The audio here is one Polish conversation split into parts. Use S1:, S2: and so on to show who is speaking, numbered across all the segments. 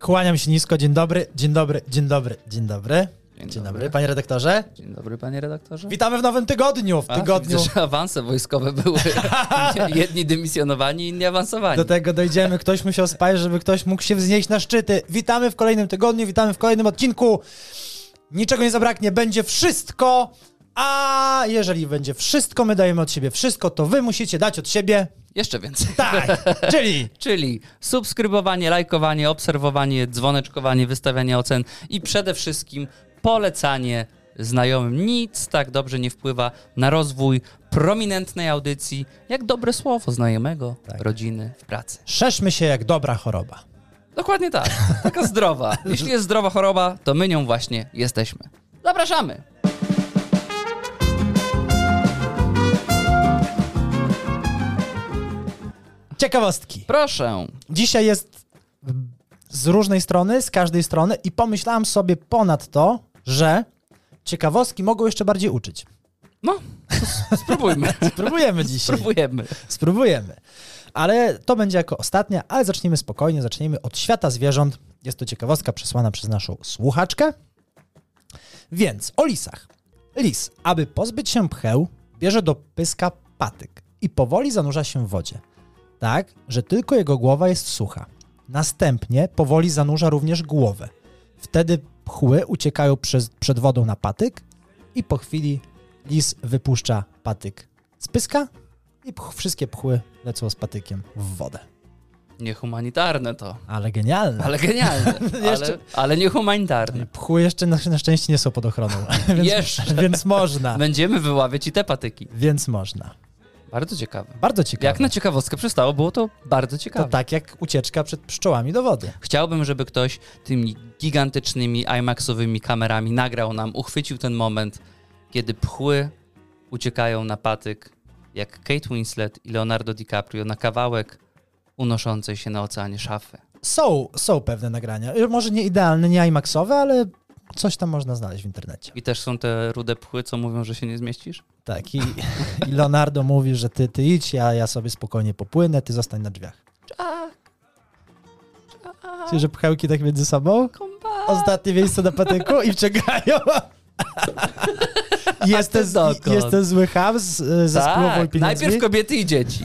S1: Kłaniam się nisko. Dzień dobry, dzień dobry, dzień dobry, dzień dobry.
S2: Dzień
S1: Dzień
S2: dobry.
S1: dobry, panie redaktorze.
S2: Dzień dobry, panie redaktorze.
S1: Witamy w nowym tygodniu. W
S2: A,
S1: tygodniu.
S2: Widzę, że awanse wojskowe były. Jedni dymisjonowani, inni awansowani.
S1: Do tego dojdziemy. Ktoś musiał spać, żeby ktoś mógł się wznieść na szczyty. Witamy w kolejnym tygodniu, witamy w kolejnym odcinku. Niczego nie zabraknie, będzie wszystko. A jeżeli będzie wszystko, my dajemy od siebie wszystko, to wy musicie dać od siebie.
S2: Jeszcze więcej.
S1: Tak, czyli
S2: Czyli subskrybowanie, lajkowanie, obserwowanie, dzwoneczkowanie, wystawianie ocen i przede wszystkim polecanie znajomym. Nic tak dobrze nie wpływa na rozwój prominentnej audycji, jak dobre słowo znajomego,
S1: Tak.
S2: rodziny, w pracy.
S1: szeszmy się jak dobra choroba.
S2: Dokładnie tak. Taka zdrowa. Jeśli jest zdrowa choroba, to my nią właśnie jesteśmy. Zapraszamy!
S1: Ciekawostki.
S2: Proszę.
S1: Dzisiaj jest z różnej strony, z każdej strony i pomyślałam sobie ponadto, że ciekawostki mogą jeszcze bardziej uczyć.
S2: No, s- spróbujmy.
S1: Spróbujemy dzisiaj.
S2: Spróbujemy.
S1: Spróbujemy. Ale to będzie jako ostatnia, ale zacznijmy spokojnie, zacznijmy od świata zwierząt. Jest to ciekawostka przesłana przez naszą słuchaczkę. Więc o lisach. Lis, aby pozbyć się pcheł, bierze do pyska patyk i powoli zanurza się w wodzie. Tak, że tylko jego głowa jest sucha. Następnie powoli zanurza również głowę. Wtedy pchły uciekają przez, przed wodą na patyk i po chwili lis wypuszcza patyk z pyska i pch, wszystkie pchły lecą z patykiem w wodę.
S2: Niehumanitarne to.
S1: Ale genialne.
S2: Ale genialne. Ale,
S1: Jeszcze-
S2: ale niehumanitarne.
S1: Pchły jeszcze na, na szczęście nie są pod ochroną. więc,
S2: Jeszcze.
S1: Więc można.
S2: Będziemy wyławiać i te patyki.
S1: Więc można.
S2: Bardzo ciekawe.
S1: Bardzo ciekawe.
S2: Jak na ciekawostkę przestało, było to bardzo
S1: to
S2: ciekawe.
S1: tak jak ucieczka przed pszczołami do wody.
S2: Chciałbym, żeby ktoś tymi gigantycznymi IMAX-owymi kamerami nagrał nam, uchwycił ten moment, kiedy pchły uciekają na patyk, jak Kate Winslet i Leonardo DiCaprio na kawałek unoszącej się na oceanie szafy.
S1: Są, są pewne nagrania. Może nie idealne, nie IMAXowe, ale coś tam można znaleźć w internecie.
S2: I też są te rude pchły, co mówią, że się nie zmieścisz?
S1: Tak. I, i Leonardo mówi, że ty, ty idź, ja, ja sobie spokojnie popłynę, ty zostań na drzwiach. Czyli, że pchełki tak między sobą? Ostatnie miejsce na patyku i wciągają. Jestem,
S2: A ty dokąd?
S1: jestem zły ham z, ze spływą i
S2: tak,
S1: pieniędzmi.
S2: najpierw kobiety i dzieci.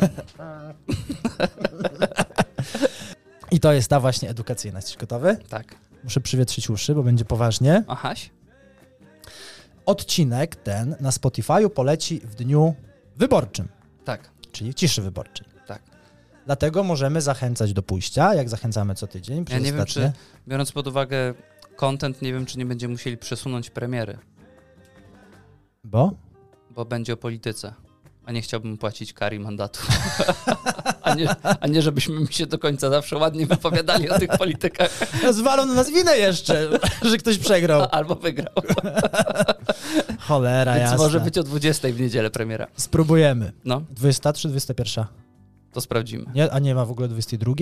S1: I to jest ta właśnie edukacyjna. Jesteś gotowy?
S2: Tak.
S1: Muszę przywietrzyć uszy, bo będzie poważnie.
S2: Ahaś.
S1: Odcinek ten na Spotify'u poleci w dniu wyborczym,
S2: Tak,
S1: czyli w ciszy wyborczej.
S2: tak.
S1: Dlatego możemy zachęcać do pójścia, jak zachęcamy co tydzień.
S2: Ja
S1: Przez
S2: nie wiem,
S1: ostatnie.
S2: czy biorąc pod uwagę content, nie wiem, czy nie będziemy musieli przesunąć premiery.
S1: Bo?
S2: bo będzie o polityce. A nie chciałbym płacić kar i mandatu. a, nie, a nie, żebyśmy mi się do końca zawsze ładnie wypowiadali o tych politykach,
S1: Zwalą na nas winę jeszcze, że ktoś przegrał.
S2: albo wygrał.
S1: Cholera
S2: Więc
S1: jasna.
S2: może być o 20 w niedzielę premiera.
S1: Spróbujemy.
S2: No,
S1: 23, 21.
S2: to sprawdzimy.
S1: Nie, a nie ma w ogóle 22?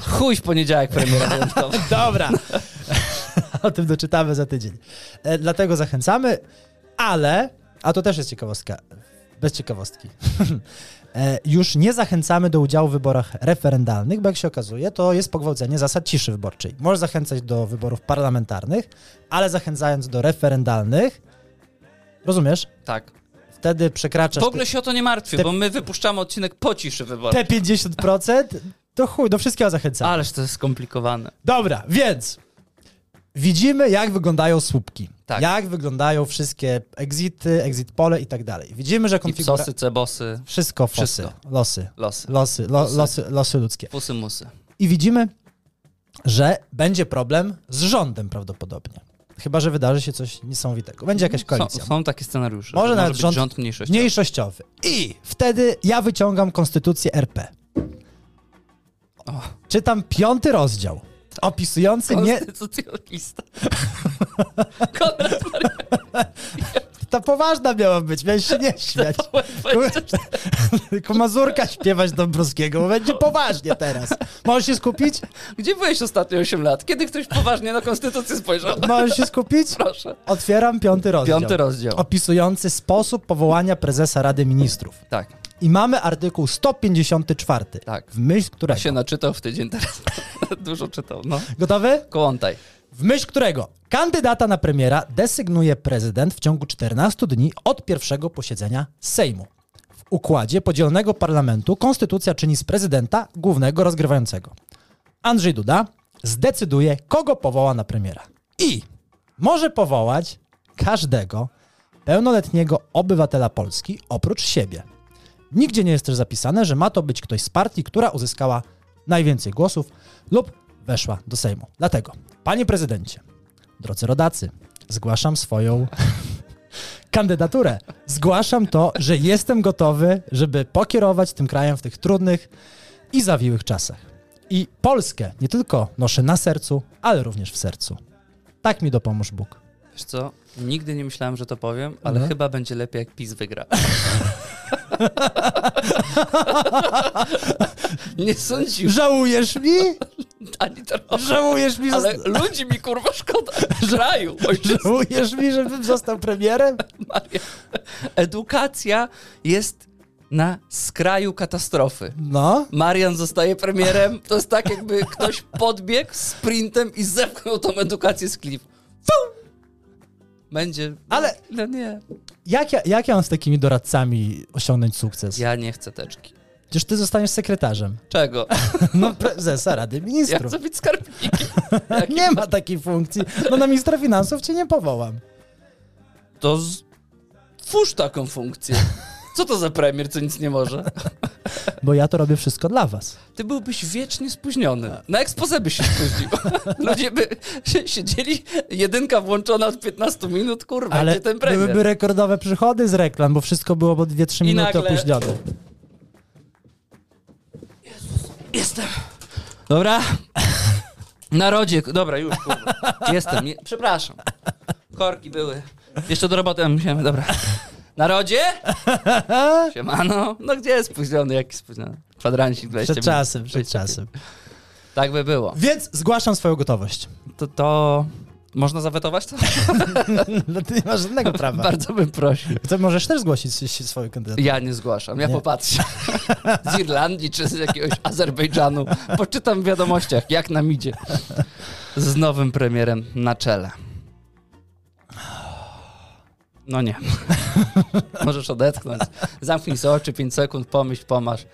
S2: Chuj w poniedziałek premiera wyjątkowa.
S1: Dobra. o tym doczytamy za tydzień. E, dlatego zachęcamy, ale, a to też jest ciekawostka, bez ciekawostki, e, już nie zachęcamy do udziału w wyborach referendalnych, bo jak się okazuje, to jest pogwałcenie zasad ciszy wyborczej. Możesz zachęcać do wyborów parlamentarnych, ale zachęcając do referendalnych, rozumiesz,
S2: Tak.
S1: wtedy przekraczasz
S2: W ogóle się o to nie martwię,
S1: Te-
S2: bo my wypuszczamy odcinek po ciszy wyborów.
S1: te, te 50%, to chuj, do wszystkiego zachęcamy.
S2: No, Ależ to jest skomplikowane.
S1: Dobra, więc widzimy, jak wyglądają słupki.
S2: Tak.
S1: Jak wyglądają wszystkie exity, exit pole i tak dalej. Widzimy, że
S2: I
S1: konfiguracja.
S2: psosy, cebosy,
S1: Wszystko, fosy,
S2: Wszystko.
S1: losy,
S2: losy.
S1: losy, lo,
S2: Losy.
S1: losy, losy ludzkie.
S2: Pusy, musy.
S1: I widzimy, że będzie problem z rządem prawdopodobnie. Chyba, że wydarzy się coś niesamowitego. Będzie jakaś
S2: Są,
S1: koalicja.
S2: są takie scenariusze.
S1: Może
S2: że
S1: nawet
S2: być
S1: rząd-
S2: rząd mniejszości.
S1: Mniejszościowy. I wtedy ja wyciągam konstytucję RP.
S2: O.
S1: Czytam piąty rozdział opisujący nie,
S2: Konstytucjonalista. Konrad
S1: Ta poważna miała być, miałeś się nie śmiać.
S2: Markiewicz.
S1: Tylko Mazurka śpiewać Dąbrowskiego, bo będzie poważnie teraz. Możesz się skupić?
S2: Gdzie byłeś ostatnio 8 lat? Kiedy ktoś poważnie na konstytucję spojrzał?
S1: Możesz się skupić?
S2: Proszę.
S1: Otwieram piąty rozdział.
S2: Piąty rozdział.
S1: Opisujący sposób powołania prezesa Rady Ministrów.
S2: Tak.
S1: I mamy artykuł 154,
S2: Tak.
S1: w myśl którego...
S2: Się naczytał w tydzień teraz. Dużo czytał, no.
S1: Gotowy?
S2: Kołątaj.
S1: W myśl którego kandydata na premiera desygnuje prezydent w ciągu 14 dni od pierwszego posiedzenia Sejmu. W układzie podzielonego parlamentu konstytucja czyni z prezydenta głównego rozgrywającego. Andrzej Duda zdecyduje, kogo powoła na premiera. I może powołać każdego pełnoletniego obywatela Polski oprócz siebie. Nigdzie nie jest też zapisane, że ma to być ktoś z partii, która uzyskała najwięcej głosów lub weszła do Sejmu. Dlatego, panie prezydencie, drodzy rodacy, zgłaszam swoją kandydaturę. Zgłaszam to, że jestem gotowy, żeby pokierować tym krajem w tych trudnych i zawiłych czasach. I Polskę nie tylko noszę na sercu, ale również w sercu. Tak mi dopomóż Bóg.
S2: Wiesz co, nigdy nie myślałem, że to powiem, ale
S1: No.
S2: chyba będzie lepiej, jak PiS wygra. nie sądziłem
S1: Żałujesz mi?
S2: ani trochę.
S1: Żałujesz mi?
S2: Ale
S1: zosta-
S2: ludzi mi kurwa szkoda. Kraju. ojczyzny.
S1: Żałujesz mi, żebym został premierem?
S2: Edukacja jest na skraju katastrofy.
S1: No.
S2: Marian zostaje premierem. To jest tak, jakby ktoś podbiegł sprintem i zepchnął tą edukację z klifu. Fuu! Będzie.
S1: Ale-
S2: No nie.
S1: Jak ja, jak ja mam z takimi doradcami osiągnąć sukces?
S2: Ja nie chcę teczki.
S1: Przecież ty zostaniesz sekretarzem.
S2: Czego?
S1: No prezesa Rady
S2: Ja
S1: Ministrów.
S2: chcę być skarbnikiem.
S1: Nie ma takiej funkcji. No na ministra finansów cię nie powołam.
S2: To z... twórz taką funkcję. Co to za premier, co nic nie może?
S1: Bo ja to robię wszystko dla was.
S2: Ty byłbyś wiecznie spóźniony. Na ekspoze by się spóźnił. Ludzie by się- siedzieli, jedynka włączona od 15 minut, kurwa,
S1: Ale
S2: gdzie ten premier?
S1: byłyby rekordowe przychody z reklam, bo wszystko było po 2-3
S2: I
S1: minuty
S2: nagle-
S1: opóźnione.
S2: Jestem. Dobra. Narodzie, dobra, już, kurwa. Jestem, je... przepraszam. Korki były. Jeszcze do roboty musiałem, dobra. Narodzie? Siemano. No gdzie jest spóźniony, jaki spóźniony? Kwadrancik 20
S1: Przed
S2: minut.
S1: czasem, przed
S2: 25.
S1: czasem.
S2: Tak by było.
S1: Więc zgłaszam swoją gotowość.
S2: To, to... Można zawetować to?
S1: No ty nie masz żadnego prawa.
S2: Bardzo bym prosił.
S1: To możesz też zgłosić s- s- swoją kandydaturę.
S2: Ja nie zgłaszam, ja
S1: Nie.
S2: popatrzę. Z Irlandii czy z jakiegoś Azerbejdżanu. Poczytam w wiadomościach, jak nam idzie. Z nowym premierem na czele. No nie. Możesz odetchnąć. Zamknij sobie oczy, 5 sekund, pomyśl, pomasz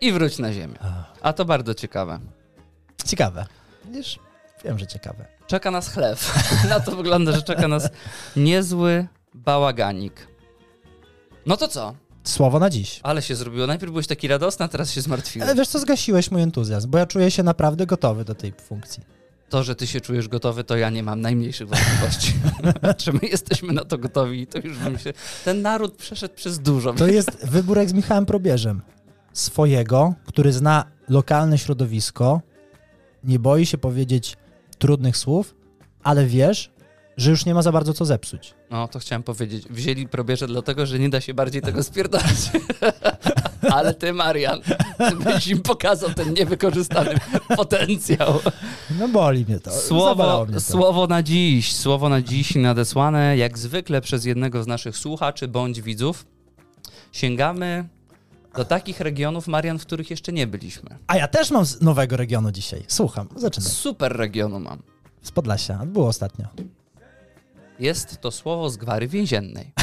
S2: i wróć na ziemię. A to bardzo ciekawe.
S1: Ciekawe. Widzisz? Wiem, że ciekawe.
S2: Czeka nas chleb. Na to wygląda, że czeka nas niezły bałaganik. No to co?
S1: Słowo na dziś.
S2: Ale się zrobiło. Najpierw byłeś taki radosny, a teraz się zmartwiłeś.
S1: Ale wiesz co, zgasiłeś mój entuzjazm, bo ja czuję się naprawdę gotowy do tej funkcji.
S2: To, że ty się czujesz gotowy, to ja nie mam najmniejszych wątpliwości. Czy my jesteśmy na to gotowi i to już bym się... Ten naród przeszedł przez dużo.
S1: To jest wybór jak z Michałem Probierzem. Swojego, który zna lokalne środowisko, nie boi się powiedzieć trudnych słów, ale wiesz, że już nie ma za bardzo co zepsuć.
S2: No, to chciałem powiedzieć. Wzięli probierze dlatego, że nie da się bardziej tego spierdolić. Ale ty, Marian, ty byś im pokazał ten niewykorzystany potencjał.
S1: No boli mnie to. Zabolało
S2: Słowo,
S1: mnie to.
S2: słowo na dziś. Słowo na dziś nadesłane jak zwykle przez jednego z naszych słuchaczy bądź widzów. Sięgamy do takich regionów, Marian, w których jeszcze nie byliśmy.
S1: A ja też mam z nowego regionu dzisiaj. Słucham, zaczynam.
S2: Super regionu mam.
S1: Z Podlasia, było ostatnio.
S2: Jest to słowo z gwary więziennej.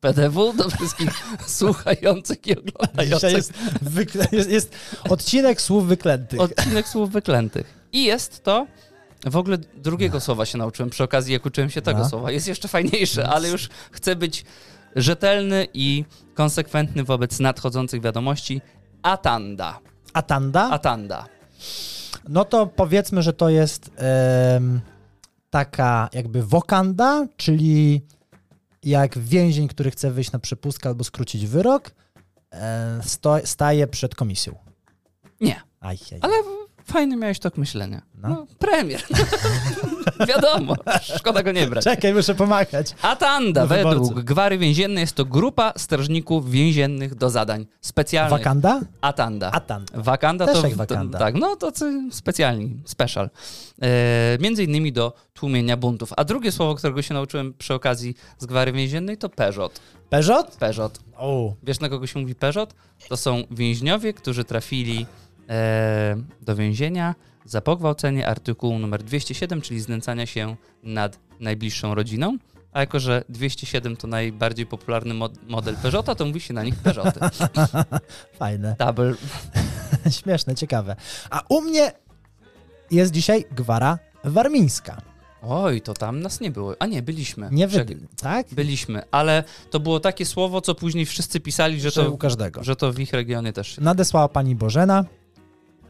S2: PDW do wszystkich słuchających i
S1: Dzisiaj
S2: oglądających
S1: jest, wykle- jest, jest odcinek słów wyklętych.
S2: odcinek słów wyklętych. No. I jest to, w ogóle drugiego słowa się nauczyłem przy okazji, jak uczyłem się tego
S1: No.
S2: słowa. Jest jeszcze fajniejsze, ale już chcę być rzetelny i konsekwentny wobec nadchodzących wiadomości. Atanda.
S1: Atanda?
S2: Atanda.
S1: No to powiedzmy, że to jest em, taka jakby wokanda, czyli jak więzień, który chce wyjść na przepustkę albo skrócić wyrok, e, sto, staje przed komisją.
S2: Nie,
S1: Aj, aj.
S2: ale Fajny miałeś tok myślenia.
S1: No.
S2: No, premier. Wiadomo, szkoda go nie brać.
S1: Czekaj, muszę pomagać. Do
S2: Atanda
S1: wyborców.
S2: według Gwary Więziennej jest to grupa strażników więziennych do zadań specjalnych.
S1: Wakanda?
S2: Atanda.
S1: Atan.
S2: Wakanda
S1: Też
S2: to,
S1: jak wakanda.
S2: to tak, no to co- specjalni, special. E, między innymi do tłumienia buntów. A drugie słowo, którego się nauczyłem przy okazji z gwary więziennej to Peugeot.
S1: Peugeot?
S2: Peugeot.
S1: O,
S2: Wiesz na kogo się mówi Peugeot? To są więźniowie, którzy trafili e, do więzienia za pogwałcenie artykułu numer 207, czyli znęcania się nad najbliższą rodziną. A jako, że 207 to najbardziej popularny mod- model Peugeota, to mówi się na nich Peugeoty.
S1: fajne.
S2: Double
S1: Śmieszne, ciekawe. A u mnie jest dzisiaj gwara warmińska.
S2: Oj, to tam nas nie było. A nie, byliśmy.
S1: Nie wy...
S2: Czekaj,
S1: Tak?
S2: Byliśmy, ale to było takie słowo, co później wszyscy pisali, że
S1: Że
S2: to,
S1: u każdego.
S2: że to w ich regionie też.
S1: Nadesłała pani Bożena.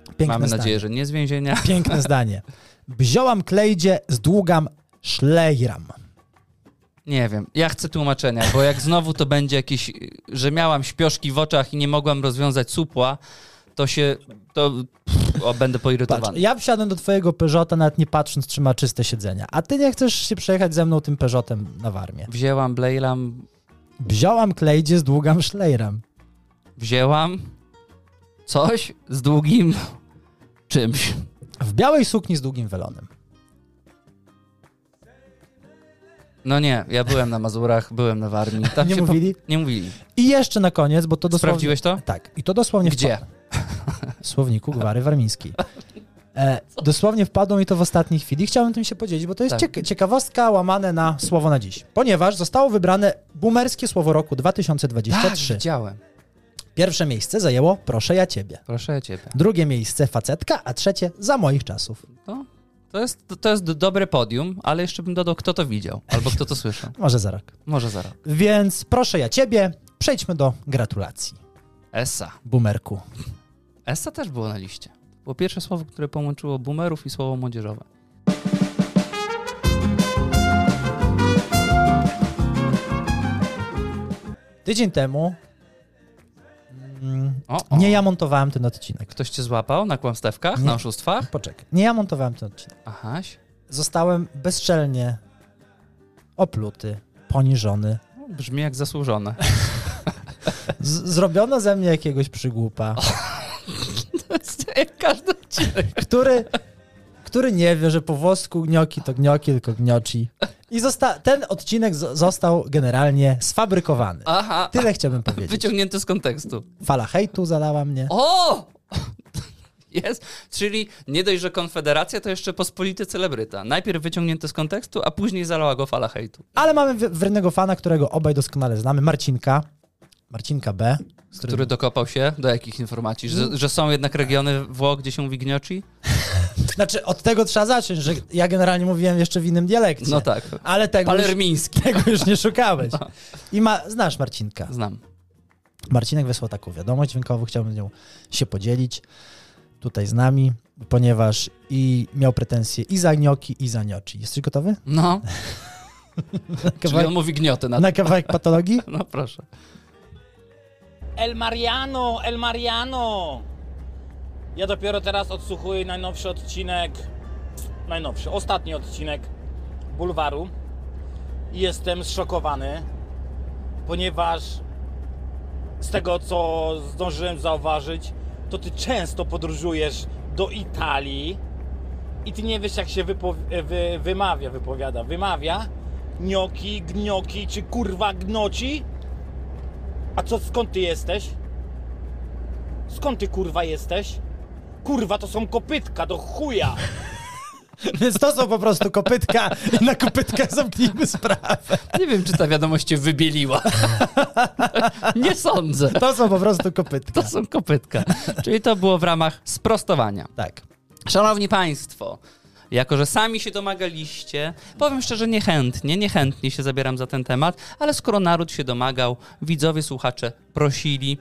S1: Piękne
S2: Mamy
S1: zdanie.
S2: nadzieję, że nie z więzienia.
S1: Piękne zdanie. Bziołam klejdzie, zdługam szlejram.
S2: Nie wiem, ja chcę tłumaczenia, bo jak znowu to będzie jakieś, że miałam śpioszki w oczach i nie mogłam rozwiązać supła, to się, to pff, o, będę
S1: Patrz,
S2: poirytowany.
S1: ja wsiadłem do twojego Peugeota nawet nie patrząc, czy ma czyste siedzenia. A ty nie chcesz się przejechać ze mną tym Peugeotem na Warmię.
S2: Wzięłam Blejlam,
S1: Bziołam klejdzie, zdługam szlejram.
S2: wzięłam coś z długim czymś.
S1: W białej sukni z długim welonem.
S2: No nie, ja byłem na Mazurach, byłem na Warmii. Tam
S1: Nie
S2: się po-
S1: mówili?
S2: Nie mówili.
S1: I jeszcze na koniec, bo to dosłownie...
S2: Sprawdziłeś to?
S1: Tak. I to dosłownie...
S2: Gdzie?
S1: wpa- W słowniku Gwary Warmińskiej. E, dosłownie wpadło mi to w ostatniej chwili. Chciałem tym się podzielić, bo to jest
S2: Tak.
S1: cieka- ciekawostka łamane na słowo na dziś. Ponieważ zostało wybrane boomerskie słowo roku 2023.
S2: Tak, widziałem.
S1: Pierwsze miejsce zajęło Proszę ja ciebie.
S2: Proszę ciebie.
S1: Drugie miejsce facetka, a trzecie za moich czasów.
S2: No, to, jest, to jest dobre podium, ale jeszcze bym dodał, kto to widział albo kto to słyszał.
S1: Może za rok.
S2: Może zaraz.
S1: Więc proszę ja ciebie, przejdźmy do gratulacji.
S2: Essa.
S1: Boomerku.
S2: Essa też było na liście. Było pierwsze słowo, które połączyło boomerów i słowo młodzieżowe.
S1: Tydzień temu mm,
S2: O, o.
S1: nie ja montowałem ten odcinek.
S2: Ktoś cię złapał na kłamstewkach,
S1: Nie.
S2: na oszustwach?
S1: Poczekaj, nie ja montowałem ten odcinek.
S2: Ahaś.
S1: Zostałem bezczelnie opluty, poniżony.
S2: No, Brzmi jak zasłużone.
S1: Z- zrobiono ze mnie jakiegoś przygłupa,
S2: To jest jak każdy odcinek.
S1: który, który nie wie, że po włosku gnioki to gnioki, tylko gnioci. I zosta- ten odcinek z- został generalnie sfabrykowany.
S2: Aha.
S1: Tyle chciałbym powiedzieć.
S2: Wyciągnięty z kontekstu.
S1: Fala hejtu zalała mnie.
S2: O! Jest. Czyli nie dość, że Konfederacja, to jeszcze pospolity celebryta. Najpierw wyciągnięty z kontekstu, a później zalała go fala hejtu.
S1: Ale mamy wy- wiernego fana, którego obaj doskonale znamy, Marcinka. Marcinka B. z którym-
S2: Który No. dokopał się do jakich informacji? Że, że są jednak regiony Włoch, gdzie się mówi gnioci?
S1: Znaczy, od tego trzeba zacząć, że ja generalnie mówiłem jeszcze w innym dialekcie.
S2: No tak.
S1: Ale tego już,
S2: Palermiński.
S1: tego już nie szukałeś.
S2: No.
S1: I ma, znasz Marcinka.
S2: Znam.
S1: Marcinek wysłał taką wiadomość dźwiękową, chciałbym z nią się podzielić tutaj z nami, ponieważ i miał pretensje i za gnioki, i za gnioci. Jesteś gotowy?
S2: No,
S1: Na
S2: czyli
S1: kawałek,
S2: on mówi gnioty na...
S1: na kawałek patologii?
S2: No proszę.
S3: El Mariano, El Mariano! Ja dopiero teraz odsłuchuję najnowszy odcinek, najnowszy, ostatni odcinek Bulwaru i jestem zszokowany, ponieważ z tego co zdążyłem zauważyć, to ty często podróżujesz do Italii i ty nie wiesz jak się wypo- wy- wymawia, wypowiada, wymawia gnioki, gnioki czy kurwa gnoci? A co, skąd ty jesteś? Skąd ty kurwa jesteś? Kurwa, to są kopytka do chuja!
S1: Więc to są po prostu kopytka i na kopytkę zamknijmy sprawę.
S2: Nie wiem, czy ta wiadomość cię wybieliła. Nie sądzę.
S1: To są po prostu
S2: To
S1: kopytka.
S2: są kopytka. Czyli to było w ramach sprostowania.
S1: Tak.
S2: Szanowni Państwo, jako że sami się domagaliście, powiem szczerze, niechętnie, niechętnie się zabieram za ten temat, ale skoro naród się domagał, widzowie, słuchacze prosili,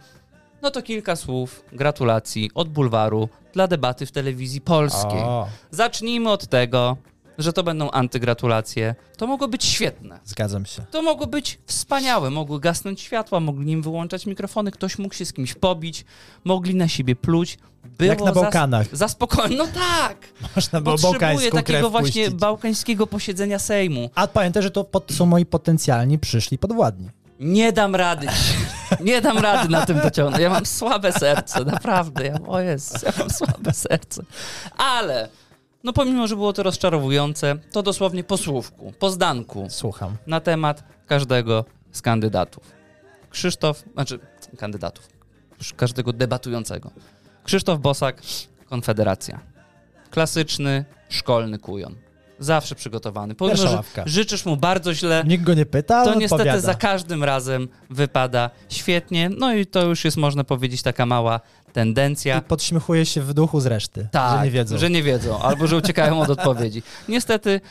S2: no to kilka słów gratulacji od bulwaru dla debaty w telewizji polskiej. Zacznijmy od tego, że to będą antygratulacje. To mogło być świetne.
S1: Zgadzam się.
S2: To mogło być wspaniałe. Mogły gasnąć światła, mogli nim wyłączać mikrofony, ktoś mógł się z kimś pobić, mogli na siebie pluć. Było
S1: Jak na
S2: zas-
S1: Bałkanach.
S2: Za spokojnie. No tak!
S1: Można było
S2: Potrzebuje
S1: bałkańską
S2: takiego
S1: krew
S2: właśnie
S1: puścić.
S2: bałkańskiego posiedzenia Sejmu.
S1: A pamiętaj, że to pod, są moi potencjalni przyszli podwładni.
S2: Nie dam rady. Nie dam rady na tym dociągnąć. Ja mam słabe serce, naprawdę. Ja, o Jezus, ja mam słabe serce. Ale, no pomimo, że było to rozczarowujące, to dosłownie po słówku, po zdanku
S1: Słucham.
S2: na temat każdego z kandydatów. Krzysztof, znaczy kandydatów, każdego debatującego. Krzysztof Bosak, Konfederacja. Klasyczny, szkolny kujon. Zawsze przygotowany. Pomimo,
S1: Pierwsza
S2: że
S1: ławka.
S2: życzysz mu bardzo źle,
S1: Nikt go nie pyta, ale
S2: to niestety
S1: odpowiada.
S2: za każdym razem wypada świetnie. No i to już jest, można powiedzieć, taka mała tendencja.
S1: I podśmiechuje się w duchu z reszty,
S2: Tak,
S1: że nie wiedzą.
S2: Że nie wiedzą, albo że uciekają od odpowiedzi. Niestety,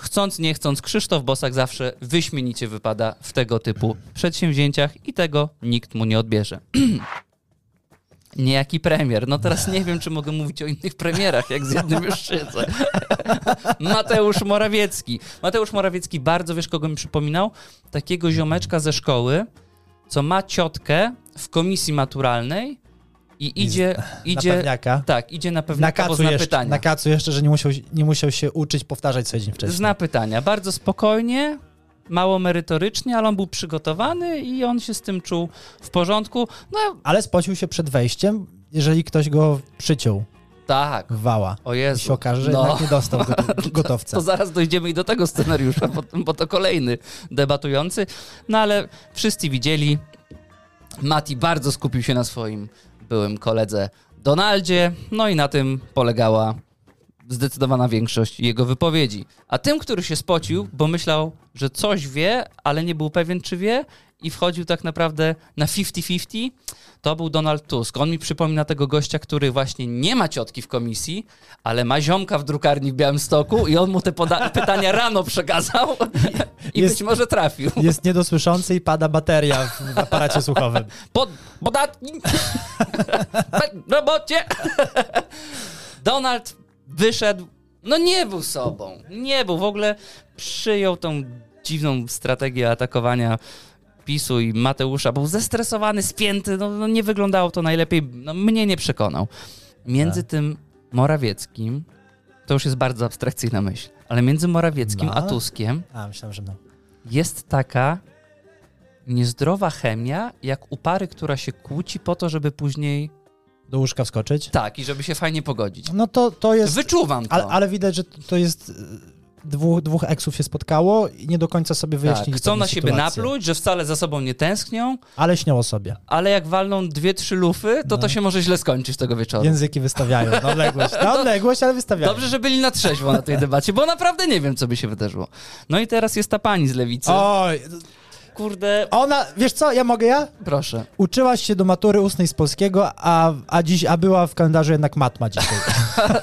S2: chcąc, nie chcąc, Krzysztof Bosak zawsze wyśmienicie wypada w tego typu przedsięwzięciach i tego nikt mu nie odbierze. Niejaki premier. No teraz nie wiem, czy mogę mówić o innych premierach, jak z jednym już szydzę. Mateusz Morawiecki. Mateusz Morawiecki bardzo, wiesz, kogo mi przypominał? Takiego ziomeczka ze szkoły, co ma ciotkę w komisji maturalnej i idzie,
S1: Na
S2: idzie,
S1: pewniaka.
S2: tak, idzie na pewno
S1: Na
S2: albo
S1: kacu,
S2: zna
S1: jeszcze,
S2: pytania.
S1: na kacu jeszcze, że nie musiał, nie musiał się uczyć powtarzać co dzień wcześniej.
S2: Zna pytania. Bardzo spokojnie, mało merytorycznie, ale on był przygotowany i on się z tym czuł w porządku. No
S1: Ale spocił się przed wejściem, jeżeli ktoś go przyciął
S2: tak.
S1: w wała.
S2: O
S1: I
S2: Jezu.
S1: się okaże, że
S2: No.
S1: jednak nie dostał gotu- gotowca.
S2: To zaraz dojdziemy i do tego scenariusza, bo, bo to kolejny debatujący. No ale wszyscy widzieli, Mati bardzo skupił się na swoim byłym koledze Donaldzie, no i na tym polegała zdecydowana większość jego wypowiedzi. A tym, który się spocił, bo myślał, że coś wie, ale nie był pewien, czy wie, i wchodził tak naprawdę na 50-50, to był Donald Tusk. On mi przypomina tego gościa, który właśnie nie ma ciotki w komisji, ale ma ziomka w drukarni w Białymstoku i on mu te poda- pytania rano przekazał i
S1: Jest-
S2: być może trafił.
S1: Jest niedosłyszący i pada bateria w w aparacie słuchowym.
S2: Pod, podatni w robocie. Donald wyszedł, no nie był sobą, nie był, w ogóle przyjął tą dziwną strategię atakowania PiSu i Mateusza, był zestresowany, spięty, no, no nie wyglądało to najlepiej, no, mnie nie przekonał. Między tym Morawieckim, to już jest bardzo abstrakcyjna myśl, ale między Morawieckim
S1: No.
S2: a Tuskiem
S1: A, myślałem, że no.
S2: jest taka niezdrowa chemia, jak u pary, która się kłóci po to, żeby później
S1: Do łóżka wskoczyć.
S2: tak i żeby się fajnie pogodzić.
S1: No to, to jest...
S2: Wyczuwam to. Tak,
S1: Ale, ale widać, że to to jest... y, Dwóch, dwóch eksów się spotkało i nie do końca sobie
S2: tak.
S1: wyjaśnili
S2: Chcą
S1: pewne
S2: na siebie
S1: sytuacje.
S2: napluć, że wcale za sobą nie tęsknią,
S1: Ale śnią o sobie.
S2: ale jak walną dwie, trzy lufy, to to się może źle skończyć tego wieczoru.
S1: Języki wystawiają na odległość. Na odległość, ale wystawiają.
S2: Dobrze, że byli na trzeźwo na tej debacie, bo naprawdę nie wiem, co by się wydarzyło. No i teraz jest ta pani z lewicy.
S1: Oj,
S2: Kurde,
S1: ona... Wiesz co, ja mogę ja?
S2: proszę.
S1: Uczyłaś się do matury ustnej z polskiego, a, a, dziś, a była w kalendarzu jednak matma dzisiaj.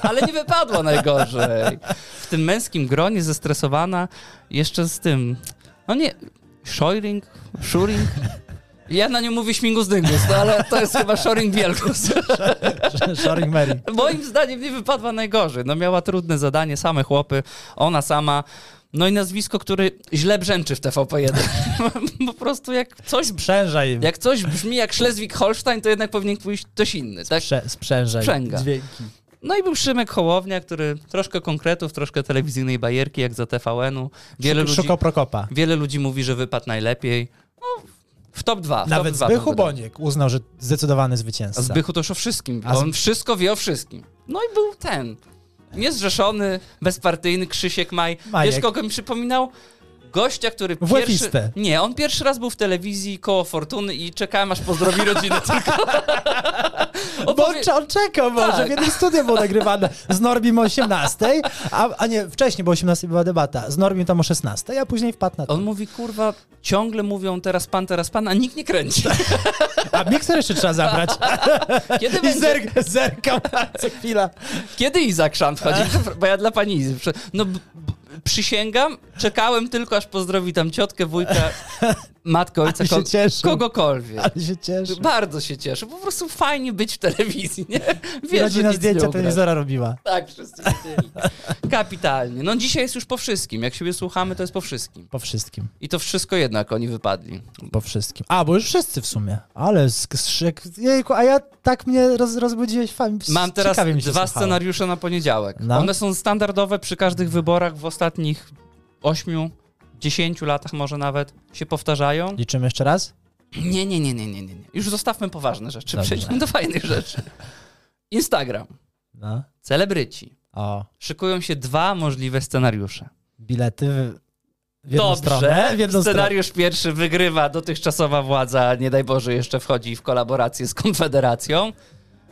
S2: ale nie wypadła najgorzej. W tym męskim gronie zestresowana jeszcze z tym. No nie, Shoring, Shuring. Ja na nią mówię śmigus dyngus, no ale to jest chyba Shoring wielkus.
S1: Sharing Mary.
S2: Moim zdaniem nie wypadła najgorzej. No miała trudne zadanie, same chłopy, ona sama. No i nazwisko, które źle brzęczy w TVP1. po prostu jak coś,
S1: Sprzężaj.
S2: jak coś brzmi jak Schleswig-Holstein, to jednak powinien pójść ktoś inny, tak?
S1: Prze, sprzężaj.
S2: Sprzęga.
S1: Dźwięki.
S2: No i był Szymek Hołownia, który troszkę konkretów, troszkę telewizyjnej bajerki, jak za TVN-u. Wiele,
S1: Szuk-
S2: ludzi,
S1: Szukał Prokopa.
S2: wiele ludzi mówi, że wypadł najlepiej. No, w top 2.
S1: Nawet
S2: top dwa bym
S1: Zbychu
S2: wydał.
S1: Boniek uznał, że zdecydowany zwycięzca.
S2: A Zbychu też o wszystkim.
S1: A z-
S2: On wszystko wie o wszystkim. No i był ten. Niezrzeszony, bezpartyjny Krzysiek Maj.
S1: Majek.
S2: Wiesz, kogo mi przypominał? Gościa, który
S1: Włepistę.
S2: pierwszy... Nie, on pierwszy raz był w telewizji koło Fortuny i czekałem, aż pozdrowi rodzinę tylko.
S1: Bo on,
S2: Opowie-
S1: cze- on czekał może,
S2: No Tak.
S1: w jednym studiu było nagrywane z Normim o 18, a, a nie, wcześniej, bo o 18 była debata, z Normim tam o 16, a później wpadł na to.
S2: On mówi, kurwa, ciągle mówią teraz pan, teraz pan, a nikt nie kręci.
S1: A mikser jeszcze trzeba zabrać
S2: Kiedy,
S1: Tak. i
S2: będzie,
S1: zer- zerkał co chwila.
S2: kiedy Izak Szant wchodzi? Bo ja dla pani Izy. prze- No b- b- przysięgam, czekałem tylko aż pozdrowi tam ciotkę, wujka. matkę, ojca,
S1: Ale się
S2: ko-
S1: cieszę.
S2: kogokolwiek.
S1: Ale się cieszę.
S2: Bardzo się cieszę. Po prostu fajnie być w telewizji, nie?
S1: I
S2: Wiesz, że
S1: rodzina
S2: nic nie
S1: zdjęcia
S2: ugrasz.
S1: telewizora robiła.
S2: Tak, wszyscy widzieli. Kapitalnie. No dzisiaj jest już po wszystkim. Jak siebie słuchamy, to jest po wszystkim.
S1: Po wszystkim.
S2: I to wszystko jednak oni wypadli.
S1: Po wszystkim. A, bo już wszyscy w sumie. Ale sk- szyk. Jejku, a ja tak mnie roz, rozbudziłeś. Fan.
S2: Mam teraz
S1: Ciekawie
S2: dwa
S1: mi się słuchało.
S2: scenariusze na poniedziałek.
S1: No.
S2: One są standardowe przy każdych wyborach w ostatnich 8, 10 latach może nawet się powtarzają.
S1: Liczymy jeszcze raz?
S2: Nie, nie, nie, nie, nie, nie. nie. Już zostawmy poważne rzeczy.
S1: Dobrze.
S2: Przejdźmy do fajnych rzeczy. Instagram.
S1: No.
S2: Celebryci.
S1: O,
S2: Szykują się dwa możliwe scenariusze.
S1: bilety w, w jedną
S2: Dobrze.
S1: stronę. W jedną
S2: Scenariusz pierwszy wygrywa dotychczasowa władza, nie daj Boże, jeszcze wchodzi w kolaborację z Konfederacją.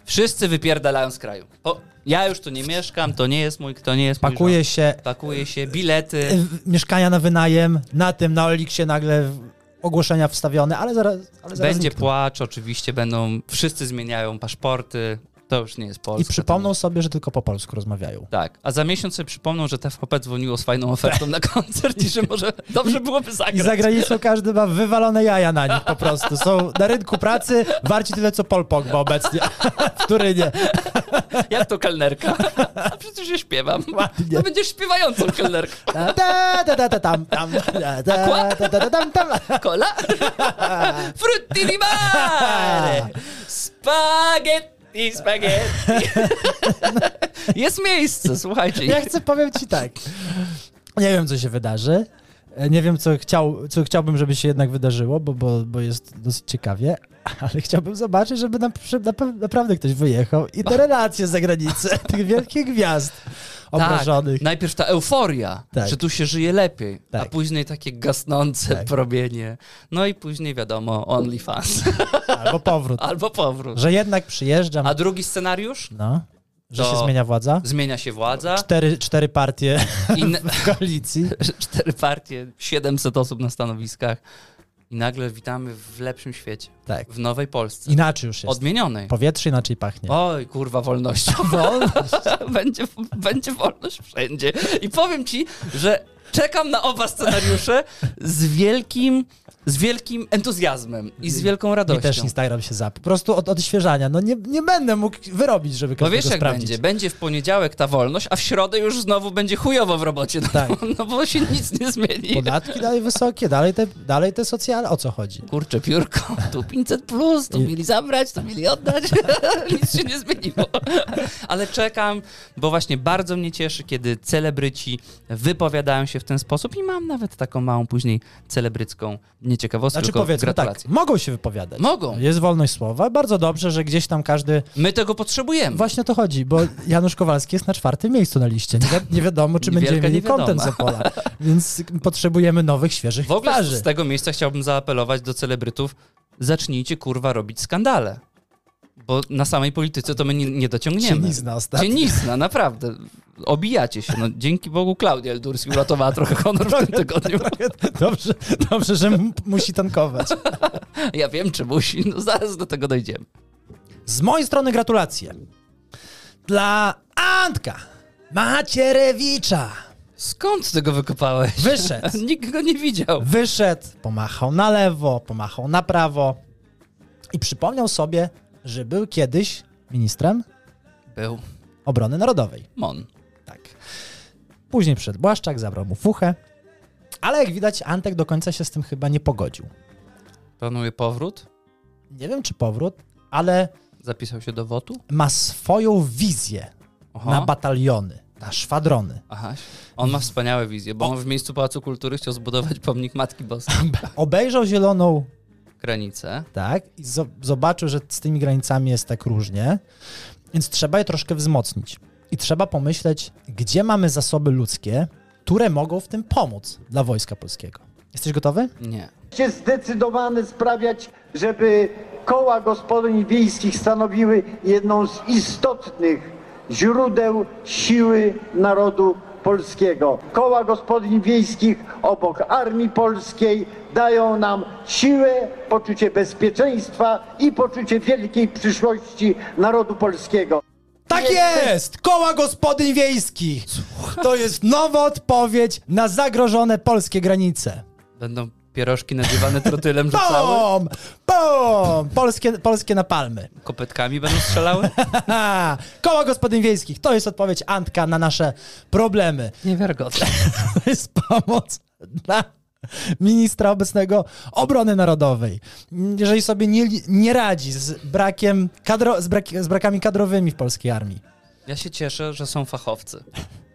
S2: Wszyscy wypierdalają z kraju. Po, ja już tu nie mieszkam, to nie jest mój, to nie jest mój
S1: stronę. Pakuje się
S2: rząd. Pakuje się
S1: y,
S2: bilety.
S1: w- mieszkania na wynajem, na tym, na Oliksie nagle w- ogłoszenia wstawione, ale zaraz. Ale zaraz
S2: Będzie
S1: znikną.
S2: płacz, oczywiście będą, wszyscy zmieniają paszporty. To już nie jest
S1: I
S2: Polska.
S1: przypomną sobie, że tylko po polsku rozmawiają.
S2: to- Tak, a za miesiąc sobie przypomną, że TVP dzwoniło z fajną ofertą na koncert i że może dobrze byłoby
S1: I
S2: zagrać.
S1: za granicą każdy ma wywalone jaja na nich po prostu. Są na rynku pracy warci tyle, co Pol Pogba obecnie w Turynie.
S2: Jak to kelnerka? A przecież ja śpiewam.
S1: Ładnie.
S2: To będziesz śpiewającą kelnerką.
S1: Ta, ta, ta, ta, ta, tam, tam, ta, ta, ta, ta, ta, tam, tam.
S2: Cola? Frutti di mare! Spaghetti, spaghetti. Jest miejsce, słuchajcie.
S1: Ja chcę, powiem ci tak. Nie wiem, co się wydarzy. E, Nie wiem, co, chciał, co chciałbym, żeby się jednak wydarzyło, bo, bo, bo jest dosyć ciekawie, ale chciałbym zobaczyć, żeby na, na, naprawdę ktoś wyjechał i te relacje z zagranicy tych wielkich gwiazd
S2: tak,
S1: obrażonych.
S2: najpierw ta euforia,
S1: Tak.
S2: że tu się żyje lepiej, a
S1: Tak.
S2: później takie gasnące
S1: Tak.
S2: probienie. No i później wiadomo, OnlyFans
S1: Albo powrót.
S2: albo powrót.
S1: Że jednak przyjeżdżam.
S2: A drugi scenariusz?
S1: No, że
S2: To-
S1: się zmienia władza.
S2: Zmienia się władza,
S1: Cztery, cztery partie
S2: inne,
S1: w koalicji.
S2: cztery partie, 700 osób na stanowiskach i nagle witamy w lepszym świecie,
S1: Tak.
S2: w nowej Polsce,
S1: Inaczej już jest.
S2: odmienionej.
S1: Powietrze inaczej pachnie.
S2: Oj, kurwa, wolnościowa. będzie, będzie wolność wszędzie. I powiem ci, że czekam na oba scenariusze z wielkim, z wielkim entuzjazmem i z wielką
S1: I
S2: radością.
S1: też Instagram się zap. Po prostu od odświeżania. No nie, nie będę mógł wyrobić, żeby
S2: Bo
S1: każdego
S2: wiesz jak
S1: sprawdzić.
S2: będzie? Będzie w poniedziałek ta wolność, a w środę już znowu będzie chujowo w robocie. No,
S1: Tak.
S2: no bo się nic nie zmieni.
S1: Podatki dalej wysokie, dalej te, dalej te socjale. O co chodzi?
S2: Kurczę, piórko, tu 500 plus, tu
S1: I-
S2: mieli zabrać, tu mieli oddać. Nic się nie zmieniło. Ale czekam, bo właśnie bardzo mnie cieszy, kiedy celebryci wypowiadają się w ten sposób i mam nawet taką małą później celebrycką nieciekawostkę,
S1: Znaczy
S2: tylko
S1: powiedzmy tak,
S2: gratulacje.
S1: mogą się wypowiadać.
S2: Mogą.
S1: Jest wolność słowa. Bardzo dobrze, że gdzieś tam każdy...
S2: My tego potrzebujemy.
S1: Właśnie o to chodzi, bo Janusz Kowalski jest na czwartym miejscu na liście. Nie, wi- nie wiadomo, czy
S2: Niewielka
S1: będziemy mieli
S2: niewiadoma.
S1: kontent za pola. Więc potrzebujemy nowych, świeżych
S2: W ogóle
S1: twarzy.
S2: z tego miejsca chciałbym zaapelować do celebrytów, zacznijcie kurwa robić skandale. Bo na samej polityce to my nie, nie dociągniemy.
S1: Cienizna ostatnio.
S2: Cienizna, naprawdę. Obijacie się. No, dzięki Bogu Klaudia Eldurski uratowała trochę honor w tym tygodniu.
S1: Dobrze, dobrze, że m- musi tankować.
S2: Ja wiem, czy musi. No, zaraz do tego dojdziemy.
S1: Z mojej strony gratulacje. Dla Antka Macierewicza.
S2: Skąd tego wykopałeś?
S1: Wyszedł.
S2: Nikt go nie widział.
S1: Wyszedł, pomachał na lewo, pomachał na prawo i przypomniał sobie, że był kiedyś ministrem
S2: Był
S1: obrony narodowej.
S2: Mon.
S1: Tak. Później przyszedł Błaszczak, zabrał mu fuchę, ale jak widać Antek do końca się z tym chyba nie pogodził.
S2: Planuje powrót.
S1: Nie wiem czy powrót, ale
S2: Zapisał się do wotu.
S1: ma swoją wizję
S2: Oho.
S1: na bataliony, na szwadrony.
S2: Aha. On ma wspaniałe wizje, bo on w miejscu Pałacu Kultury chciał zbudować pomnik Matki Boskiej. Tak.
S1: Obejrzał zieloną
S2: Granicę.
S1: tak? I zo- zobaczył, że z tymi granicami jest tak różnie, więc trzeba je troszkę wzmocnić. I trzeba pomyśleć, gdzie mamy zasoby ludzkie, które mogą w tym pomóc dla Wojska Polskiego. Jesteś gotowy?
S2: Nie.
S4: się zdecydowany sprawiać, żeby koła gospodyń wiejskich stanowiły jedną z istotnych źródeł siły narodu polskiego. Koła gospodyń wiejskich obok Armii Polskiej dają nam siłę, poczucie bezpieczeństwa i poczucie wielkiej przyszłości narodu polskiego.
S1: Tak jest! Koła gospodyń wiejskich! To jest nowa odpowiedź na zagrożone polskie granice.
S2: Będą pierożki nazywane trotylem
S1: No!
S2: rzucały,
S1: Bom! Bom! Polskie, polskie napalmy.
S2: kopetkami będą strzelały?
S1: Ha! Koła gospodyń wiejskich. To jest odpowiedź Antka na nasze problemy.
S2: Niewiarygodne.
S1: To jest pomoc dla ministra obecnego obrony narodowej. Jeżeli sobie nie, nie radzi z brakiem kadro, z, brak, z brakami kadrowymi w polskiej armii.
S2: Ja się cieszę, że są fachowcy.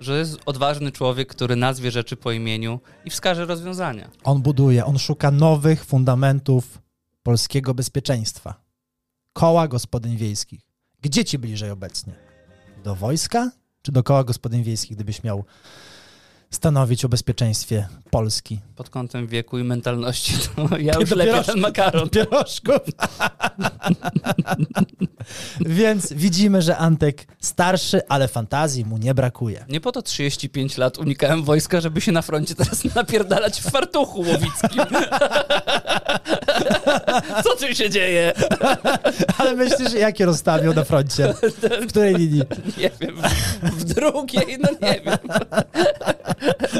S2: Że jest odważny człowiek, który nazwie rzeczy po imieniu i wskaże rozwiązania.
S1: On buduje, on szuka nowych fundamentów polskiego bezpieczeństwa. Koła gospodyń wiejskich. Gdzie ci bliżej obecnie? Do wojska czy do koła gospodyń wiejskich, gdybyś miał stanowić o bezpieczeństwie Polski?
S2: Pod kątem wieku i mentalności, to ja już
S1: Dopiero-
S2: lepiej ten makaron.
S1: Pierożków. Więc widzimy, że Antek starszy, ale fantazji mu nie brakuje.
S2: Nie po to 35 lat unikałem wojska, żeby się na froncie teraz napierdalać w fartuchu łowickim. Co tu się dzieje?
S1: Ale myślisz, jakie rozstawił na froncie? W której linii?
S2: Nie wiem. W drugiej, no nie wiem.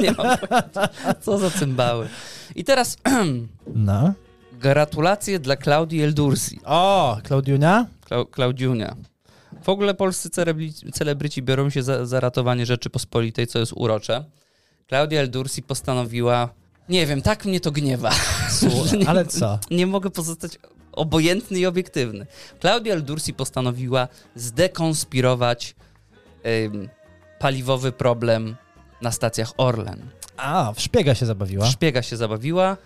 S2: Nie mam pojęcia. Co za cymbały. I teraz
S1: No.
S2: gratulacje dla Klaudii Eldursi.
S1: O, Klaudiunia?
S2: Klau Klaudiunia. W ogóle polscy cerebli- celebryci biorą się za, za ratowanie Rzeczypospolitej, co jest urocze. Klaudia Eldursi postanowiła. Nie wiem, tak mnie to gniewa. że nie,
S1: Ale co?
S2: nie mogę pozostać obojętny i obiektywny. Klaudia Eldursi postanowiła zdekonspirować ym, paliwowy problem na stacjach Orlen.
S1: A, w szpiega się zabawiła.
S2: Szpiega się zabawiła.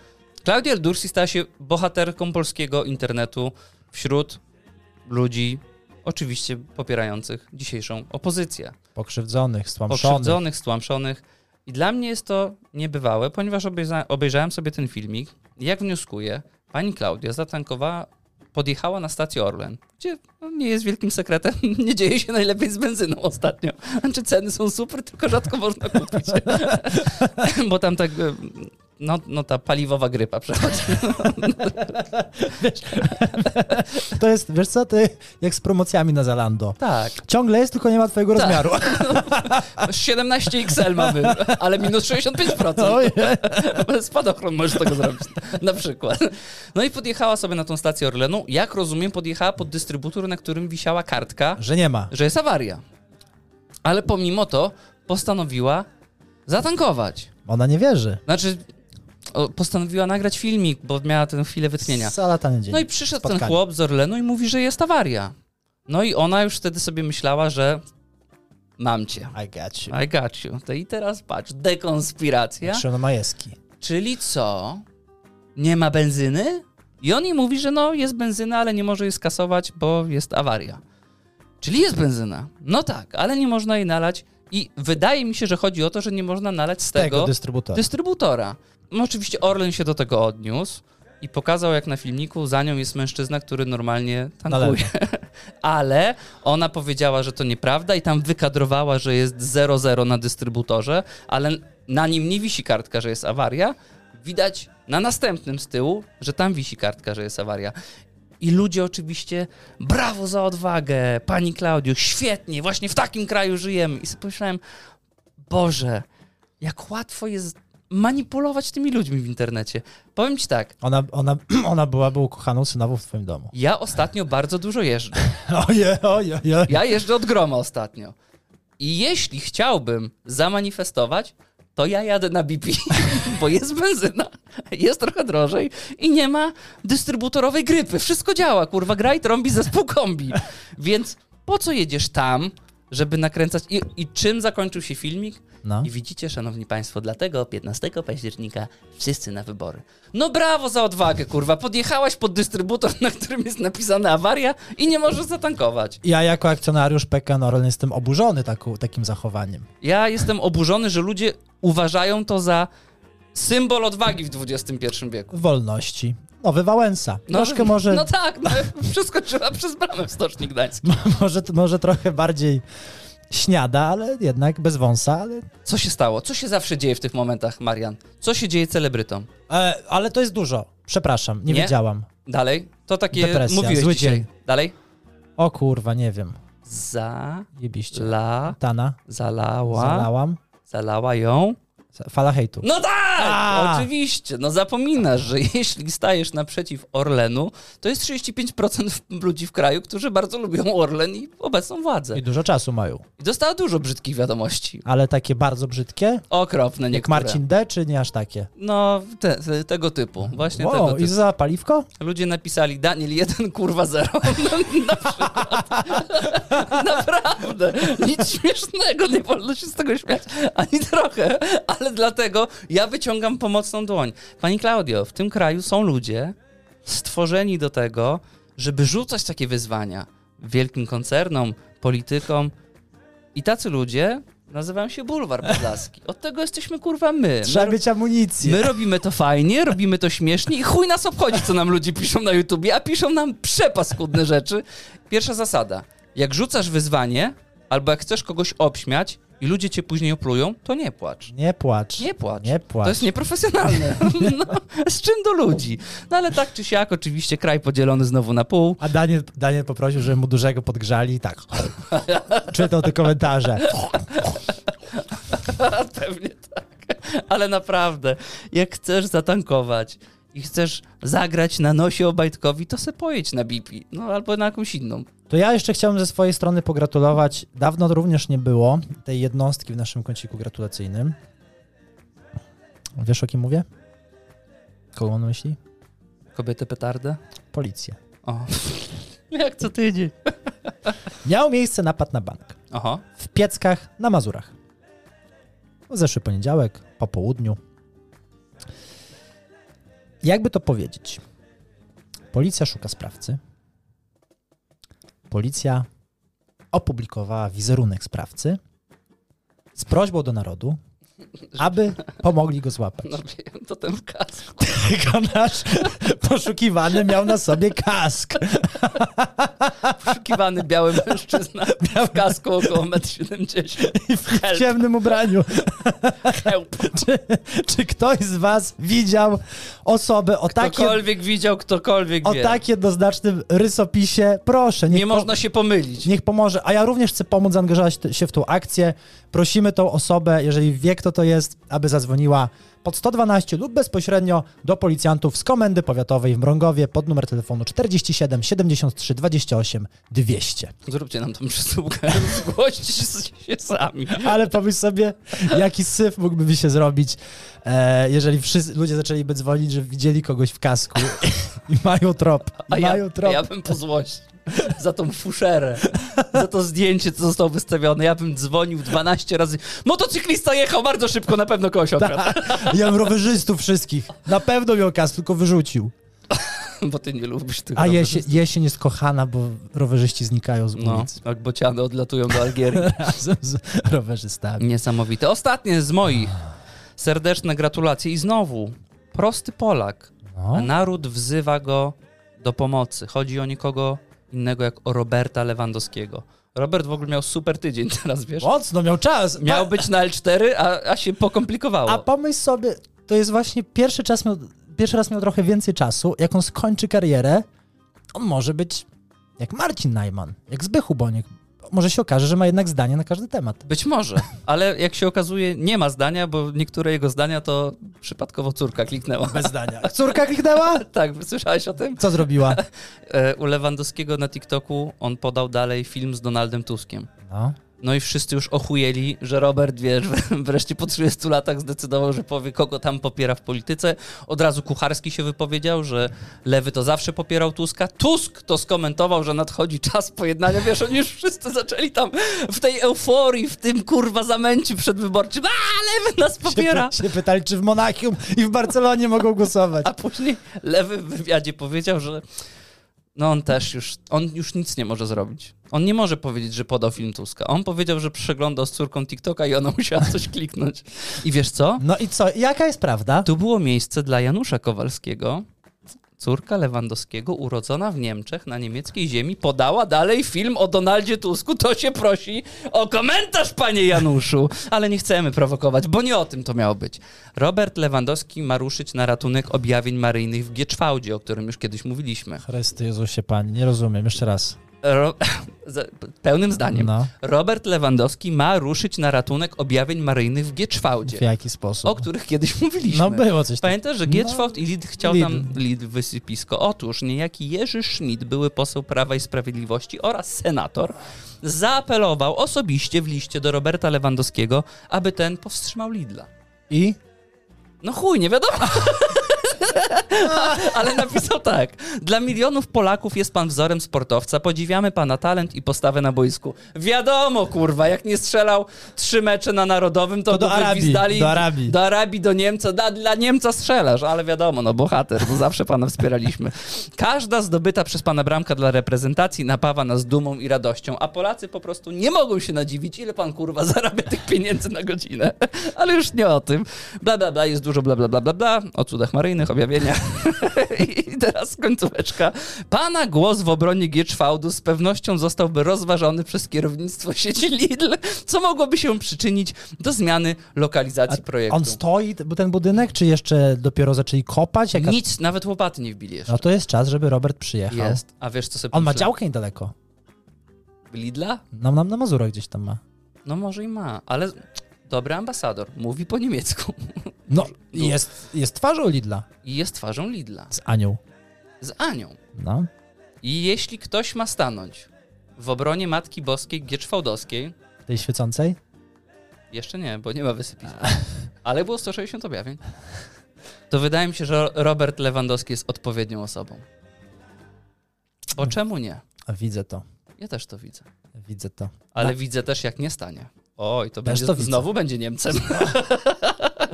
S2: Klaudia Eldursi stała się bohaterką polskiego internetu wśród ludzi, oczywiście popierających dzisiejszą opozycję.
S1: Pokrzywdzonych, stłamszonych.
S2: Pokrzywdzonych, stłamszonych. I dla mnie jest to niebywałe, ponieważ obejrza obejrzałem sobie ten filmik. i Jak wnioskuję, pani Klaudia zatankowała, podjechała na stację Orlen, gdzie no, nie jest wielkim sekretem, nie dzieje się najlepiej z benzyną ostatnio. Znaczy ceny są super, tylko rzadko można kupić. Bo tam tak, e, no, no ta paliwowa grypa przechodzi.
S1: To jest, wiesz co, ty jak z promocjami na Zalando.
S2: Tak.
S1: Ciągle jest, tylko nie ma twojego
S2: Tak.
S1: rozmiaru.
S2: 17 XL ma być, ale minus 65%.
S1: Ojej.
S2: Spadochron możesz tego zrobić, na przykład. No i podjechała sobie na tą stację Orlenu. Jak rozumiem, podjechała pod dystrybutor, na którym wisiała kartka,
S1: Że nie ma.
S2: że jest awaria. Ale pomimo to postanowiła zatankować.
S1: Ona nie wierzy.
S2: Znaczy, o, postanowiła nagrać filmik, bo miała tę chwilę wytchnienia.
S1: Salatany dzień.
S2: No i przyszedł ten
S1: Spotkanie.
S2: chłop z Orlenu i mówi, że jest awaria. No i ona już wtedy sobie myślała, że mam cię.
S1: I got you.
S2: I got you. To i teraz patrz, dekonspiracja.
S1: Szymon Majewski.
S2: Czyli co? Nie ma benzyny? I on jej mówi, że no jest benzyna, ale nie może jej skasować, bo jest awaria. Czyli jest benzyna. No tak, ale nie można jej nalać. I wydaje mi się, że chodzi o to, że nie można nalać z
S1: Tego,
S2: tego,
S1: dystrybutora.
S2: dystrybutora. No, oczywiście Orlen się do tego odniósł i pokazał, jak na filmiku za nią jest mężczyzna, który normalnie tankuje. Ale ona powiedziała, że to nieprawda i tam wykadrowała, że jest 0-0 na dystrybutorze, ale na nim nie wisi kartka, że jest awaria. Widać na następnym z tyłu, że tam wisi kartka, że jest awaria. I ludzie oczywiście, brawo za odwagę, pani Klaudiu, świetnie, właśnie w takim kraju żyjemy. I sobie pomyślałem, Boże, jak łatwo jest manipulować tymi ludźmi w internecie. Powiem ci tak,
S1: Ona, ona, ona byłaby ukochaną synową w twoim domu.
S2: ja ostatnio bardzo dużo jeżdżę.
S1: Oje, oje, oje.
S2: Ja jeżdżę od groma ostatnio. I jeśli chciałbym zamanifestować, to ja jadę na BP, bo jest benzyna, jest trochę drożej i nie ma dystrybutorowej grypy. Wszystko działa, kurwa, gra i trąbi zespół kombi. Więc po co jedziesz tam, żeby nakręcać... I, i czym zakończył się filmik?
S1: No.
S2: I widzicie, szanowni państwo, dlatego 15 października wszyscy na wybory. No brawo za odwagę, kurwa. Podjechałaś pod dystrybutor, na którym jest napisana awaria i nie możesz zatankować.
S1: Ja jako akcjonariusz PKN Orlen jestem oburzony taku, takim zachowaniem.
S2: Ja jestem oburzony, że ludzie uważają to za symbol odwagi w XXI wieku.
S1: Wolności. Nowy Wałęsa. Troszkę może,
S2: No tak, no, wszystko trzeba przez bramę w Stoczni Gdańskiej.
S1: może, może trochę bardziej śniada, ale jednak bez wąsa, ale
S2: Co się stało? Co się zawsze dzieje w tych momentach, Marian? Co się dzieje celebrytom?
S1: E, ale to jest dużo. Przepraszam, nie,
S2: Nie?
S1: wiedziałam.
S2: Dalej? To takie
S1: Depresja,
S2: mówiłeś
S1: zły
S2: dzisiaj.
S1: dzień.
S2: Dalej?
S1: O kurwa, nie wiem.
S2: Za...
S1: Jebiście.
S2: La...
S1: Tana,
S2: Zalała.
S1: zalałam.
S2: Zalała ją.
S1: Fala hejtu.
S2: No tak!
S1: A!
S2: Tak, oczywiście. No zapominasz, że jeśli stajesz naprzeciw Orlenu, to jest 35% ludzi w kraju, którzy bardzo lubią Orlen i obecną władzę.
S1: I dużo czasu mają.
S2: I dostała dużo brzydkich wiadomości.
S1: Ale takie bardzo brzydkie?
S2: Okropne
S1: Jak
S2: niektóre.
S1: Marcin D, czy nie aż takie?
S2: No, te, te, tego typu. Właśnie tego
S1: Wow,
S2: typu.
S1: i za paliwko?
S2: Ludzie napisali Daniel 1, kurwa 0. Na, na przykład. Naprawdę. Nic śmiesznego, nie wolno się z tego śmiać. Ani trochę. Ale dlatego ja wyciągam pomocną dłoń. Pani Klaudio, w tym kraju są ludzie stworzeni do tego, żeby rzucać takie wyzwania wielkim koncernom, politykom. I tacy ludzie nazywają się Bulwar Podlaski. Od tego jesteśmy kurwa my.
S1: Trzeba
S2: my
S1: mieć amunicję.
S2: My robimy to fajnie, robimy to śmiesznie i chuj nas obchodzi, co nam ludzie piszą na YouTubie, a piszą nam przepaskudne rzeczy. Pierwsza zasada. Jak rzucasz wyzwanie, albo jak chcesz kogoś obśmiać i ludzie cię później oplują, to nie płacz.
S1: Nie płacz.
S2: Nie płacz.
S1: Nie płacz.
S2: To jest nieprofesjonalne. No, z czym do ludzi? No ale tak czy siak, oczywiście kraj podzielony znowu na pół.
S1: A Daniel, Daniel poprosił, żeby mu dużego podgrzali i tak. Czytał te komentarze.
S2: Pewnie tak. Ale naprawdę, jak chcesz zatankować i chcesz zagrać na nosie Obajtkowi, to se pojedź na BP. No albo na jakąś inną.
S1: To ja jeszcze chciałbym ze swojej strony pogratulować. Dawno również nie było tej jednostki w naszym kąciku gratulacyjnym. Wiesz o kim mówię? Kogo on myśli?
S2: Kobietę petardę?
S1: Policję.
S2: O. Jak co tydzień.
S1: Miał miejsce napad na bank.
S2: Oho.
S1: w Pieckach na Mazurach. W Zeszły poniedziałek, po południu. Jakby to powiedzieć? Policja szuka sprawcy. Policja opublikowała wizerunek sprawcy z prośbą do narodu, aby pomogli go złapać.
S2: No wiem, to ten w kasku.
S1: Tylko nasz poszukiwany miał na sobie kask.
S2: Poszukiwany biały mężczyzna w kasku około 1,70 m.
S1: I w ciemnym ubraniu.
S2: Help.
S1: Czy, czy ktoś z was widział osobę o takiej
S2: Ktokolwiek widział, ktokolwiek
S1: o
S2: wie.
S1: tak jednoznacznym rysopisie, proszę.
S2: Nie
S1: niech po-
S2: można się pomylić.
S1: Niech pomoże. A ja również chcę pomóc zaangażować t- się w tą akcję. Prosimy tą osobę, jeżeli wie kto to jest, aby zadzwoniła pod 112 lub bezpośrednio do policjantów z Komendy Powiatowej w Mrągowie pod numer telefonu 47 73 28 200.
S2: Zróbcie nam tą przesyłkę. Zgłoście się, się sami.
S1: Ale pomyśl sobie, jaki syf mógłby mi się zrobić, e, jeżeli wszyscy ludzie zaczęliby dzwonić, że widzieli kogoś w kasku i mają trop. I
S2: A ja,
S1: mają
S2: a
S1: trop.
S2: ja bym po złości. Za tą fuszerę, za to zdjęcie, co zostało wystawione. Ja bym dzwonił 12 razy. Motocyklista jechał bardzo szybko, na pewno kogoś
S1: Tak.
S2: okradł.
S1: Ja bym rowerzystów wszystkich. Na pewno miał kask, tylko wyrzucił.
S2: Bo ty nie lubisz tych
S1: A
S2: rowerzystów.
S1: jesień, jesień jest kochana, bo rowerzyści znikają z
S2: No,
S1: ulic
S2: jak bociany odlatują do Algierii.
S1: razem z rowerzystami.
S2: Niesamowite. Ostatnie z moich. Serdeczne gratulacje i znowu prosty Polak. A
S1: No.
S2: naród wzywa go do pomocy. Chodzi o nikogo innego jak o Roberta Lewandowskiego. Robert w ogóle miał super tydzień teraz, wiesz?
S1: Mocno miał czas.
S2: Miał być na L4, a, a się pokomplikowało.
S1: A pomyśl sobie, to jest właśnie pierwszy czas, miał, pierwszy raz miał trochę więcej czasu. Jak on skończy karierę, on może być jak Marcin Najman, jak Zbychu Boniek. Może się okaże, że ma jednak zdanie na każdy temat.
S2: Być może, ale jak się okazuje, nie ma zdania, bo niektóre jego zdania to przypadkowo córka kliknęła.
S1: Bez zdania. Córka kliknęła?
S2: Tak, słyszałeś o tym?
S1: Co zrobiła?
S2: E, U Lewandowskiego na TikToku on podał dalej film z Donaldem Tuskiem.
S1: No.
S2: No i wszyscy już ochujeli, że Robert, wiesz, wreszcie po 30 latach zdecydował, że powie, kogo tam popiera w polityce. Od razu Kucharski się wypowiedział, że Lewy to zawsze popierał Tuska. Tusk to skomentował, że nadchodzi czas pojednania. Wiesz, oni już wszyscy zaczęli tam w tej euforii, w tym kurwa zamęciu przedwyborczym. A, Lewy nas popiera!
S1: Się, się pytali, czy w Monachium i w Barcelonie mogą głosować.
S2: A później Lewy w wywiadzie powiedział, że no on też już, on już nic nie może zrobić. On nie może powiedzieć, że podał film Tuska. On powiedział, że przeglądał z córką TikToka i ona musiała coś kliknąć. I wiesz co?
S1: No i co? Jaka jest prawda?
S2: Tu było miejsce dla Janusza Kowalskiego. Córka Lewandowskiego, urodzona w Niemczech, na niemieckiej ziemi, podała dalej film o Donaldzie Tusku. To się prosi o komentarz, panie Januszu. Ale nie chcemy prowokować, bo nie o tym to miało być. Robert Lewandowski ma ruszyć na ratunek objawień maryjnych w Gieczwałdzie, o którym już kiedyś mówiliśmy.
S1: Chrysty Jezusie Pan, nie rozumiem, jeszcze raz.
S2: Ro- za- pełnym zdaniem.
S1: No.
S2: Robert Lewandowski ma ruszyć na ratunek objawień maryjnych w Gieczwałdzie,
S1: W jaki sposób?
S2: o których kiedyś mówiliśmy.
S1: No było coś takiego. No,
S2: Pamiętasz, że Gieczwałd i Lid chciał
S1: Lidl.
S2: tam Lid wysypisko? Otóż niejaki Jerzy Schmidt, były poseł Prawa i Sprawiedliwości oraz senator, zaapelował osobiście w liście do Roberta Lewandowskiego, aby ten powstrzymał Lidla.
S1: I?
S2: No chuj, nie wiadomo. Ale napisał tak. Dla milionów Polaków jest pan wzorem sportowca. Podziwiamy pana talent i postawę na boisku. Wiadomo, kurwa, jak nie strzelał trzy mecze na Narodowym, to,
S1: To do
S2: by
S1: Arabii,
S2: gwizdali-
S1: do Arabii.
S2: Do Arabii, do Niemca. Dla, dla Niemca strzelasz, ale wiadomo, no bohater, to zawsze pana wspieraliśmy. Każda zdobyta przez pana bramka dla reprezentacji napawa nas dumą i radością, a Polacy po prostu nie mogą się nadziwić, ile pan, kurwa, zarabia tych pieniędzy na godzinę. Ale już nie o tym. Bla, bla, bla, jest dużo bla, bla, bla, bla, bla, o cudach maryjnych, objawienia. I teraz końcóweczka. Pana głos w obronie Gierczwałdu z pewnością zostałby rozważony przez kierownictwo sieci Lidl, co mogłoby się przyczynić do zmiany lokalizacji projektu.
S1: On stoi, t- ten budynek, czy jeszcze dopiero zaczęli kopać? Jaka...
S2: Nic, nawet łopaty nie wbili jeszcze.
S1: No to jest czas, żeby Robert przyjechał.
S2: Jest. A wiesz, co sobie
S1: On ma
S2: pomyślałem?
S1: działkę niedaleko.
S2: Lidla?
S1: Nam, nam na Mazurach gdzieś tam ma.
S2: No może i ma, ale dobry ambasador. Mówi po niemiecku.
S1: No, i jest, jest twarzą Lidla
S2: I jest twarzą Lidla.
S1: z Anią.
S2: Z Anią.
S1: No.
S2: I jeśli ktoś ma stanąć w obronie Matki Boskiej Gierczwałdowskiej,
S1: Tej świecącej?
S2: Jeszcze nie, bo nie ma wysypiska. Ale było 160 objawień. To wydaje mi się, że Robert Lewandowski jest odpowiednią osobą.
S1: Hmm.
S2: Bo czemu nie?
S1: A widzę to,
S2: Ja też to widzę.
S1: widzę to.
S2: Ale widzę też, jak nie stanie. Oj, to będzie,
S1: to widzę.
S2: znowu będzie Niemcem.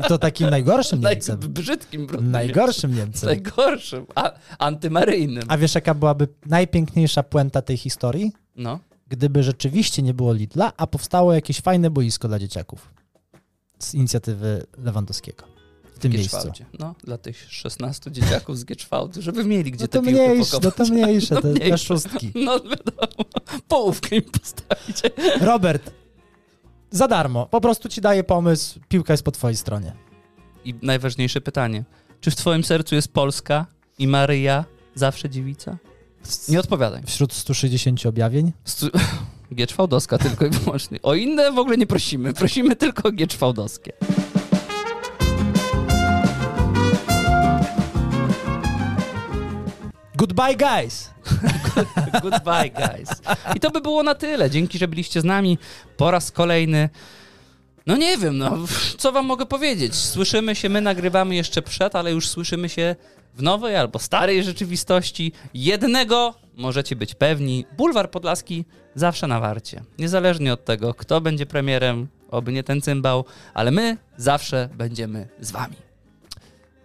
S1: I to takim najgorszym Niemcem.
S2: Niemcem. Brzydkim, brudnym
S1: Najgorszym
S2: Niemcem.
S1: Niemcem.
S2: Najgorszym. A, antymaryjnym.
S1: A wiesz, jaka byłaby najpiękniejsza puenta tej historii?
S2: No.
S1: Gdyby rzeczywiście nie było Lidla, a powstało jakieś fajne boisko dla dzieciaków z inicjatywy Lewandowskiego w tym miejscu.
S2: Gieczwałdzie. No, dla tych 16 dzieciaków z Gieczwałdu, żeby mieli gdzie
S1: No
S2: te
S1: to
S2: piłki
S1: mniejsze, no to mniejsze,
S2: No
S1: te, te
S2: mniejsze.
S1: szóstki.
S2: No wiadomo, połówkę im postawić.
S1: Robert, za darmo, po prostu ci daję pomysł, piłka jest po twojej stronie.
S2: I najważniejsze pytanie. Czy w twoim sercu jest Polska i Maryja zawsze dziewica? Nie odpowiadaj.
S1: Wśród 160 objawień
S2: Stu- Gieczwałdowska tylko i wyłącznie. O inne w ogóle nie prosimy. Prosimy tylko o Gieczwałdowskie.
S1: Goodbye, guys!
S2: Goodbye, guys. I to by było na tyle. Dzięki, że byliście z nami po raz kolejny. No nie wiem, no co wam mogę powiedzieć. Słyszymy się, my nagrywamy jeszcze przed, ale już słyszymy się w nowej albo starej rzeczywistości. Jednego możecie być pewni. Bulwar Podlaski zawsze na warcie. Niezależnie od tego, kto będzie premierem, oby nie ten cymbał, ale my zawsze będziemy z wami.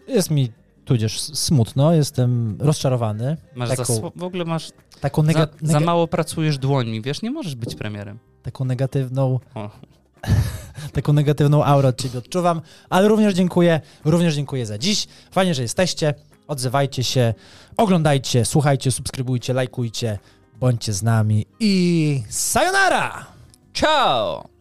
S1: Jest mi tudzież smutno, jestem rozczarowany.
S2: Masz za,
S1: taką,
S2: sło- w ogóle masz
S1: taką, nega-
S2: za, za
S1: nega-
S2: mało pracujesz dłońmi, wiesz, nie możesz być premierem.
S1: taką negatywną
S2: O.
S1: taką negatywną aurę od ciebie odczuwam, ale również dziękuję, również dziękuję za dziś. Fajnie, że jesteście. Odzywajcie się, oglądajcie, słuchajcie, subskrybujcie, lajkujcie, bądźcie z nami i sayonara!
S2: Ciao!